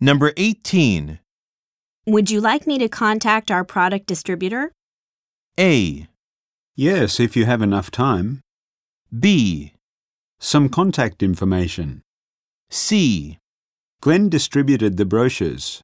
Number 18. Would you like me to contact our product distributor? A. Yes, if you have enough time. B. Some contact information. C. Glenn distributed the brochures.